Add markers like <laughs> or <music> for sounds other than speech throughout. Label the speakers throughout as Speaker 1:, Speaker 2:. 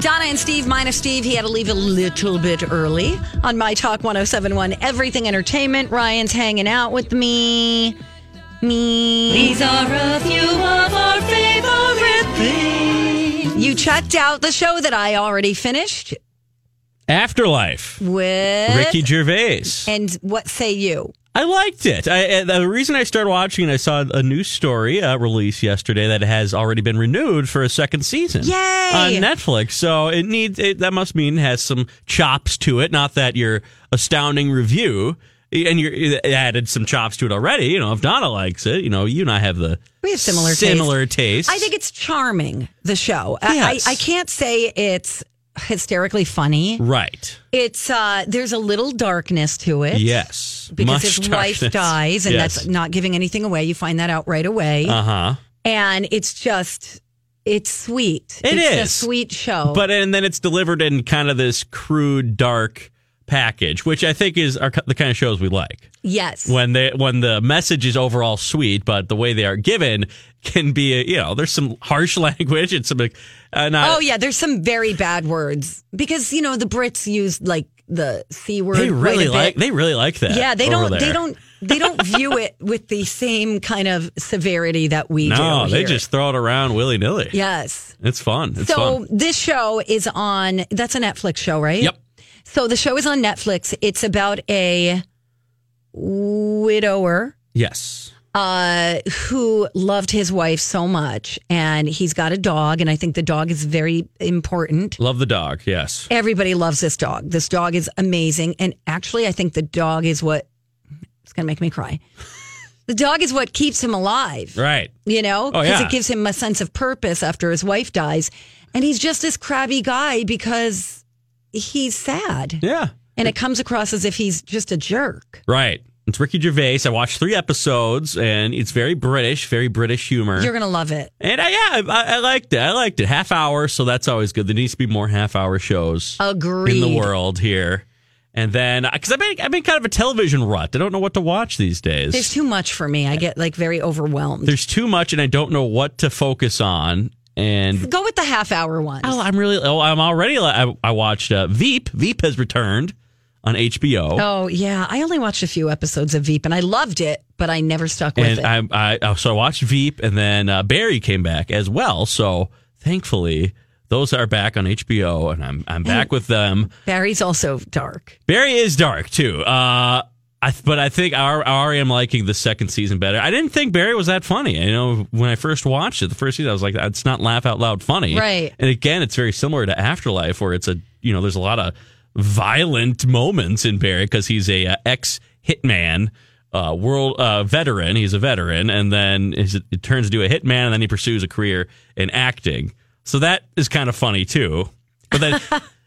Speaker 1: Donna and Steve, minus Steve, he had to leave a little bit early on My Talk 1071 Everything Entertainment. Ryan's hanging out with me. Me.
Speaker 2: These are a few of our favorite things.
Speaker 1: You checked out the show that I already finished
Speaker 3: Afterlife.
Speaker 1: with.
Speaker 3: Ricky Gervais.
Speaker 1: And what say you?
Speaker 3: I liked it. I, uh, the reason I started watching, I saw a news story uh, released yesterday that has already been renewed for a second season
Speaker 1: Yay!
Speaker 3: on Netflix. So it needs it, that must mean it has some chops to it. Not that your astounding review and you're it added some chops to it already. You know, if Donna likes it, you know, you and I have the
Speaker 1: We have similar tastes.
Speaker 3: similar taste.
Speaker 1: I think it's charming, the show. I-
Speaker 3: Yes.
Speaker 1: I, I can't say it's hysterically funny.
Speaker 3: right.
Speaker 1: It's uh there's a little darkness to it.
Speaker 3: Yes,
Speaker 1: Because
Speaker 3: Much
Speaker 1: his wife
Speaker 3: darkness.
Speaker 1: dies, and
Speaker 3: Yes.
Speaker 1: that's not giving anything away. You find that out right away.
Speaker 3: uh huh.
Speaker 1: and it's just it's sweet.
Speaker 3: It
Speaker 1: it's a
Speaker 3: is.
Speaker 1: sweet show.
Speaker 3: but and then it's delivered in kind of this crude dark package which i think is are the kind of shows we like
Speaker 1: yes,
Speaker 3: when they when the message is overall sweet but the way they are given can be uh, you know there's some harsh <laughs> language and some like, uh, not,
Speaker 1: oh yeah, there's some very bad words because you know the Brits use like the c word.
Speaker 3: they
Speaker 1: quite a
Speaker 3: really
Speaker 1: bit.
Speaker 3: like they really like that
Speaker 1: Yeah, they
Speaker 3: over
Speaker 1: don't. They
Speaker 3: there.
Speaker 1: don't. They
Speaker 3: <laughs>
Speaker 1: don't view it with the same kind of severity that we do.
Speaker 3: no they
Speaker 1: here.
Speaker 3: just throw it around willy-nilly
Speaker 1: yes.
Speaker 3: it's fun it's
Speaker 1: so
Speaker 3: fun
Speaker 1: this show is on. That's a Netflix show, right?
Speaker 3: yep
Speaker 1: So the show is on Netflix. It's about a widower.
Speaker 3: yes
Speaker 1: uh, who loved his wife so much, and he's got a dog, and I think the dog is very important.
Speaker 3: love the dog yes
Speaker 1: Everybody loves this dog. This dog is amazing, and actually, I think the dog is what it's going to make me cry. <laughs> the dog is what keeps him alive,
Speaker 3: right
Speaker 1: you know,
Speaker 3: Oh, yeah.
Speaker 1: it gives him a sense of purpose after his wife dies, and he's just this crabby guy because he's sad,
Speaker 3: yeah
Speaker 1: and it comes across as if he's just a jerk.
Speaker 3: right it's ricky gervais i watched three episodes and it's very british very british humor
Speaker 1: You're going to love it.
Speaker 3: And I, yeah, I, I liked it. I liked it. Half hour, so that's always good. There needs to be more half hour shows
Speaker 1: Agreed.
Speaker 3: in the world here. And then, because I've been, I've been kind of a television rut. I don't know what to watch these days.
Speaker 1: There's too much for me. I get like very overwhelmed.
Speaker 3: There's too much, and I don't know what to focus on. And
Speaker 1: Go with the half hour one.
Speaker 3: oh, I'm really, oh, I'm already, I, I watched uh, Veep. Veep has returned on HBO.
Speaker 1: Oh yeah, I only watched a few episodes of Veep and I loved it, but I never stuck with
Speaker 3: and
Speaker 1: it.
Speaker 3: I, I so I watched Veep, and then uh, Barry came back as well. So thankfully, those are back on HBO, and I'm I'm back with them.
Speaker 1: Barry's also dark.
Speaker 3: Barry is dark too. Uh, I but I think I, I already am liking the second season better. I didn't think Barry was that funny. You know, when I first watched it, the first season, I was like, it's not laugh out loud funny,
Speaker 1: Right.
Speaker 3: And again, it's very similar to Afterlife, where it's a you know, there's a lot of violent moments in Barry because he's a uh, ex hitman. Uh, world uh, veteran, he's a veteran, and then is it, it turns into a hitman, and then he pursues a career in acting. So that is kind of funny too.
Speaker 1: <laughs>
Speaker 3: But then,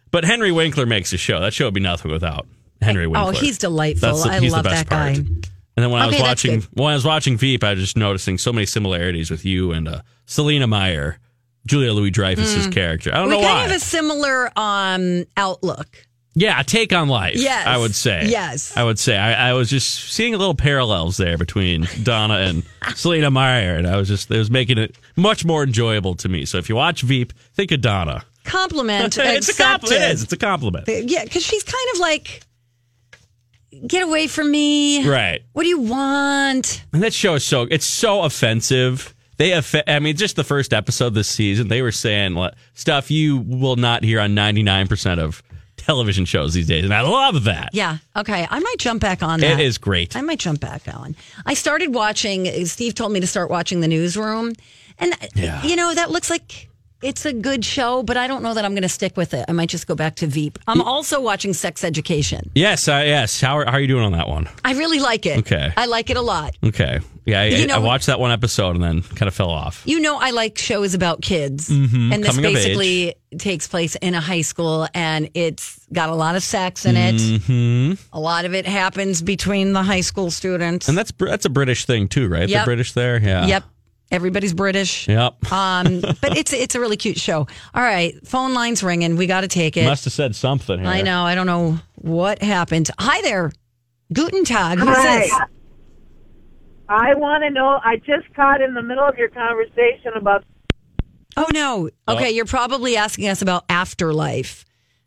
Speaker 3: but Henry Winkler makes a show. That show would be nothing without Henry
Speaker 1: Oh,
Speaker 3: Winkler.
Speaker 1: he's delightful.
Speaker 3: That's the-
Speaker 1: I
Speaker 3: he's the
Speaker 1: love
Speaker 3: best
Speaker 1: that guy.
Speaker 3: part. And then when I
Speaker 1: Okay,
Speaker 3: was
Speaker 1: that's
Speaker 3: watching
Speaker 1: good.
Speaker 3: when I was watching Veep, I was just noticing so many similarities with you and uh, Selena Meyer, Julia Louis Dreyfus's character. I don't
Speaker 1: Hmm. We
Speaker 3: know
Speaker 1: kind
Speaker 3: why.
Speaker 1: of have a similar um outlook.
Speaker 3: yeah, a take on life.
Speaker 1: Yes.
Speaker 3: I would say.
Speaker 1: Yes.
Speaker 3: I would say. I, I was just seeing little parallels
Speaker 1: <laughs>
Speaker 3: there between Donna and Selena Meyer, and I was just it was making it much more enjoyable to me. So if you watch Veep, think of Donna.
Speaker 1: Compliment.
Speaker 3: <laughs> it's a compliment. It
Speaker 1: accepted.
Speaker 3: is. It's a compliment.
Speaker 1: Yeah, because she's kind of like get away from me.
Speaker 3: Right.
Speaker 1: What do you want?
Speaker 3: And that show is so it's so offensive. They off- I mean, just the first episode this season, they were saying like, stuff you will not hear on ninety nine percent of television shows these days, and I love that.
Speaker 1: Yeah. Okay. I might jump back on
Speaker 3: it
Speaker 1: that.
Speaker 3: is great.
Speaker 1: I might jump back on. I started watching. Steve told me to start watching the newsroom, and uh,
Speaker 3: Yeah.
Speaker 1: you know that looks like it's a good show, but I don't know that I'm going to stick with it. I might just go back to Veep. I'm also watching Sex Education.
Speaker 3: yes, uh, yes. How are, how are you doing on that one?
Speaker 1: I really like it.
Speaker 3: Okay.
Speaker 1: I like it a lot.
Speaker 3: Okay, yeah, I,
Speaker 1: You
Speaker 3: I
Speaker 1: know-
Speaker 3: watched that one episode and then kind of fell off.
Speaker 1: You know, I like shows about kids, and this
Speaker 3: Mm-hmm. Coming of
Speaker 1: basically takes place in a high school, and it's got a lot of sex in it.
Speaker 3: Mm-hmm.
Speaker 1: A lot of it happens between the high school students.
Speaker 3: And that's Br- that's a British thing too, right?
Speaker 1: Yep.
Speaker 3: The British there, yeah.
Speaker 1: yep, everybody's British.
Speaker 3: Yep.
Speaker 1: Um, but it's it's a really cute show. All right, phone lines ringing. We got to take it.
Speaker 3: Must have said something. Here.
Speaker 1: I know. I don't know what happened. Hi there, Guten Tag. Who's
Speaker 4: Hi.
Speaker 1: this?
Speaker 4: I want to know. I just caught in the middle of your conversation about
Speaker 1: Oh no. Okay, you're probably asking us about Afterlife.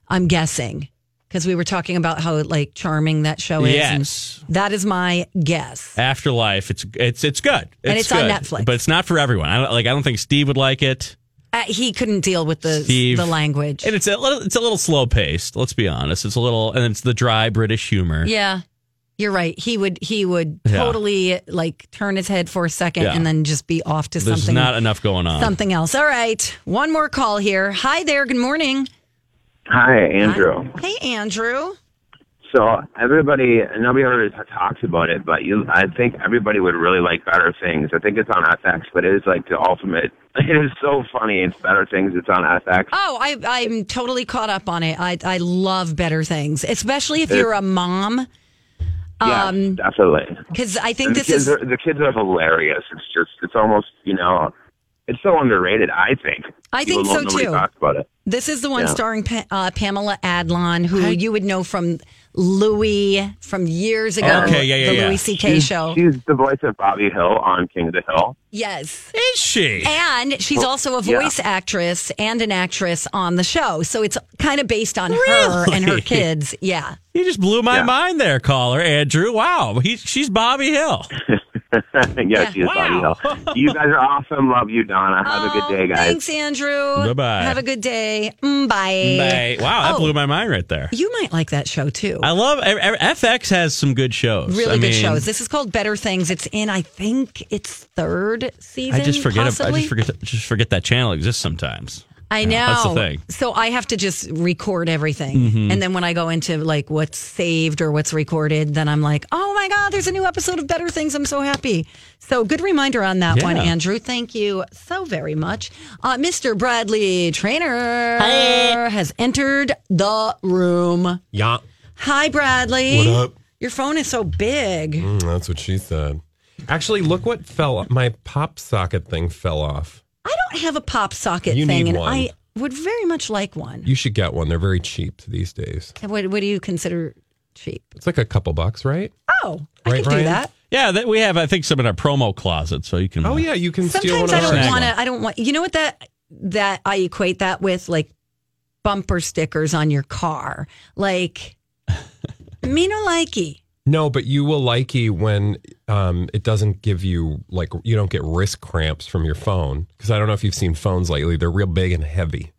Speaker 1: I'm guessing because we were talking about how like charming that show is. and
Speaker 3: Yes.
Speaker 1: that is my guess.
Speaker 3: Afterlife. It's it's it's good. It's
Speaker 1: it's on
Speaker 3: good.
Speaker 1: Netflix.
Speaker 3: but it's not for everyone. I don't, like I don't think Steve would like it,
Speaker 1: Uh, he couldn't deal with the
Speaker 3: Steve.
Speaker 1: the language.
Speaker 3: and it's a little, it's a little slow paced. Let's be honest. It's a little, and it's the dry British humor.
Speaker 1: yeah, you're right. He would he would
Speaker 3: Yeah.
Speaker 1: totally like turn his head for a second
Speaker 3: Yeah.
Speaker 1: and then just be off to
Speaker 3: There's
Speaker 1: something
Speaker 3: not enough going on.
Speaker 1: something else. All right, one more call here. Hi there. Good morning.
Speaker 4: Hi, Andrew.
Speaker 1: Hey Andrew.
Speaker 4: So everybody, nobody ever talks about it, but you, I think everybody would really like Better Things. I think it's on FX, but it is like the ultimate. <laughs> It is so funny. It's Better Things. It's on FX.
Speaker 1: Oh, I, I'm totally caught up on it. I, I love better things, especially if you're a mom,
Speaker 4: Yeah, definitely.
Speaker 1: because I think
Speaker 4: And the
Speaker 1: Um, this is
Speaker 4: kids are the kids are hilarious. It's just, it's almost, you know, it's so underrated. I think.
Speaker 1: I think
Speaker 4: People don't-
Speaker 1: so,
Speaker 4: nobody
Speaker 1: too.
Speaker 4: Talks about it.
Speaker 1: this is the one
Speaker 4: Yeah.
Speaker 1: starring pa- uh, Pamela Adlon, who you would know from Louis from years ago.
Speaker 3: Okay, yeah, yeah,
Speaker 1: the
Speaker 3: yeah.
Speaker 1: Louis C.K.
Speaker 4: she's,
Speaker 1: show.
Speaker 4: She's the voice of Bobby Hill on King of the Hill. <laughs>
Speaker 1: yes,
Speaker 3: Is she?
Speaker 1: and she's also a
Speaker 4: yeah.
Speaker 1: voice actress and an actress on the show, so it's kind of based on her and her
Speaker 3: Really?
Speaker 1: kids. Yeah.
Speaker 3: You just blew my
Speaker 4: Yeah.
Speaker 3: mind there, caller Andrew. Wow, he, she's Bobby Hill.
Speaker 4: yeah, she's
Speaker 3: Wow.
Speaker 4: Bobby Hill. You guys are awesome. Love you, Donna. Have a good day, guys.
Speaker 1: Thanks, Andrew.
Speaker 3: Bye-bye.
Speaker 1: Have a good day. Mm,
Speaker 3: Bye. Wow, that
Speaker 1: Oh.
Speaker 3: blew my mind right there.
Speaker 1: You might like that show too.
Speaker 3: I love e- e- FX has some good shows.
Speaker 1: really
Speaker 3: I
Speaker 1: good
Speaker 3: mean,
Speaker 1: shows. This is called Better Things. It's in, I think, its third season.
Speaker 3: I just forget. I
Speaker 1: possibly?
Speaker 3: just forget. Just forget that channel exists sometimes.
Speaker 1: I know.
Speaker 3: Yeah, that's the thing. Mm-hmm.
Speaker 1: So I have to just record everything, and then when I go into like what's saved or what's recorded, then I'm like, oh my god, there's a new episode of Better Things. I'm so happy. So good reminder on that one,
Speaker 3: Yeah.
Speaker 1: Andrew. Thank you so very much, uh, Mr. Bradley Trainer has entered the room.
Speaker 5: Yeah.
Speaker 1: Hi, Bradley.
Speaker 5: What up?
Speaker 1: Your phone is so big.
Speaker 5: Mm, that's what she said. Actually, look what fell off. My pop socket thing fell off.
Speaker 1: I don't have a pop socket
Speaker 5: You
Speaker 1: thing,
Speaker 5: need
Speaker 1: and
Speaker 5: one.
Speaker 1: I would very much like one.
Speaker 5: You should get one. They're very cheap these days.
Speaker 1: What, what do you consider cheap?
Speaker 5: It's like a couple bucks, right?
Speaker 1: Oh, I
Speaker 5: Right,
Speaker 1: could do
Speaker 5: Ryan?
Speaker 1: that.
Speaker 3: Yeah, that we have. I think some in our promo closet, so you can.
Speaker 5: Oh, yeah. You can steal one
Speaker 1: Sometimes I
Speaker 5: of ours.
Speaker 1: don't
Speaker 3: Snag
Speaker 1: want
Speaker 3: one.
Speaker 1: to. I don't want. You know what that that I equate that with like bumper stickers on your car,
Speaker 5: <laughs>
Speaker 1: like me no likey.
Speaker 5: No, but you will likey when um, it doesn't give you, like, you don't get wrist cramps from your phone. Because I don't know if you've seen phones lately. They're real big and heavy.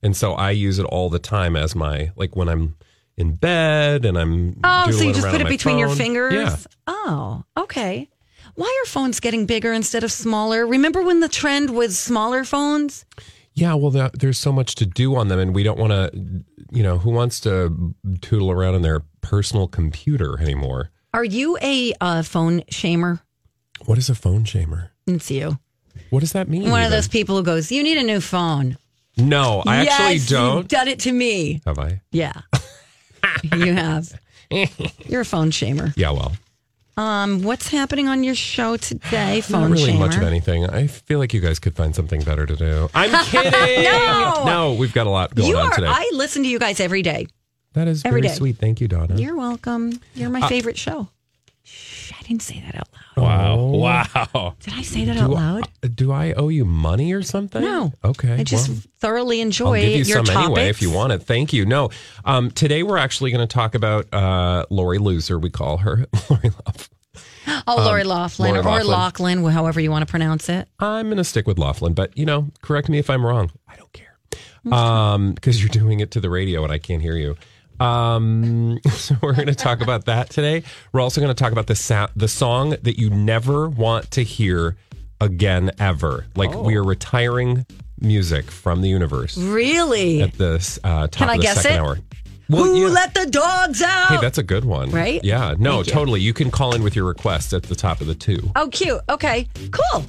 Speaker 5: And so I use it all the time as my, like, when I'm in bed and I'm.
Speaker 1: Oh, so you
Speaker 5: doodling
Speaker 1: just
Speaker 5: around
Speaker 1: put
Speaker 5: on
Speaker 1: it
Speaker 5: my
Speaker 1: between your
Speaker 5: phone.
Speaker 1: fingers.
Speaker 5: Yeah.
Speaker 1: Oh, okay. Why are phones getting bigger instead of smaller? Remember when the trend was smaller phones?
Speaker 5: Yeah, well, there- there's so much to do on them, and we don't want to, you know, who wants to tootle around on their personal computer anymore?
Speaker 1: Are you a uh, phone shamer?
Speaker 5: What is a phone shamer?
Speaker 1: It's you.
Speaker 5: What does that mean?
Speaker 1: One of
Speaker 5: even?
Speaker 1: those people who goes, "You need a new phone."
Speaker 5: No, I
Speaker 1: Yes,
Speaker 5: actually
Speaker 1: You've
Speaker 5: don't.
Speaker 1: done it to me.
Speaker 5: Have I?
Speaker 1: Yeah,
Speaker 5: <laughs>
Speaker 1: you have. You're a phone shamer.
Speaker 5: Yeah, well,
Speaker 1: Um, what's happening on your show today, phone
Speaker 5: not really
Speaker 1: shamer?
Speaker 5: much of anything. I feel like you guys could find something better to do.
Speaker 1: <laughs>
Speaker 5: I'm kidding.
Speaker 1: No!
Speaker 5: we've got a lot going
Speaker 1: you
Speaker 5: on
Speaker 1: are.
Speaker 5: today.
Speaker 1: I listen to you guys every day.
Speaker 5: that is
Speaker 1: every
Speaker 5: very
Speaker 1: day.
Speaker 5: sweet. Thank you, Donna.
Speaker 1: You're welcome. You're
Speaker 5: Uh,
Speaker 1: my favorite show. Shh, I didn't say that out loud.
Speaker 3: Wow. Wow.
Speaker 1: Did I say that out
Speaker 5: Oh. Do
Speaker 1: loud?
Speaker 5: I, uh, do I owe you money or something?
Speaker 1: No.
Speaker 5: Okay.
Speaker 1: I just
Speaker 5: well.
Speaker 1: thoroughly enjoy
Speaker 5: I'll give you
Speaker 1: your
Speaker 5: some
Speaker 1: topics.
Speaker 5: anyway if you want it. Thank you. No, um, today we're actually going to talk about uh, Lori Loser. We call her <laughs> Lori Love.
Speaker 1: Oh, Lori Laughlin
Speaker 5: Um, Lori
Speaker 1: or
Speaker 5: Loughlin.
Speaker 1: Laughlin, however you want to pronounce it.
Speaker 5: I'm going to stick with Laughlin, but you know, correct me if I'm wrong. I don't care
Speaker 1: Mm-hmm.
Speaker 5: because you're doing it to the radio and I can't hear you. Um, <laughs> so we're going to talk about that today. We're also going to talk about the sa- the song that you never want to hear again ever.
Speaker 1: Oh.
Speaker 5: Like we are retiring music from the universe
Speaker 1: Really?
Speaker 5: at this uh,
Speaker 1: Mm. Can
Speaker 5: top of
Speaker 1: I
Speaker 5: the
Speaker 1: guess
Speaker 5: second
Speaker 1: it?
Speaker 5: hour.
Speaker 1: Who
Speaker 5: yeah.
Speaker 1: let the dogs out?
Speaker 5: Hey, that's a good one.
Speaker 1: Right?
Speaker 5: Yeah. No,
Speaker 1: Thank you.
Speaker 5: totally. You can call in with your requests at the top of the two.
Speaker 1: oh, cute. Okay, cool.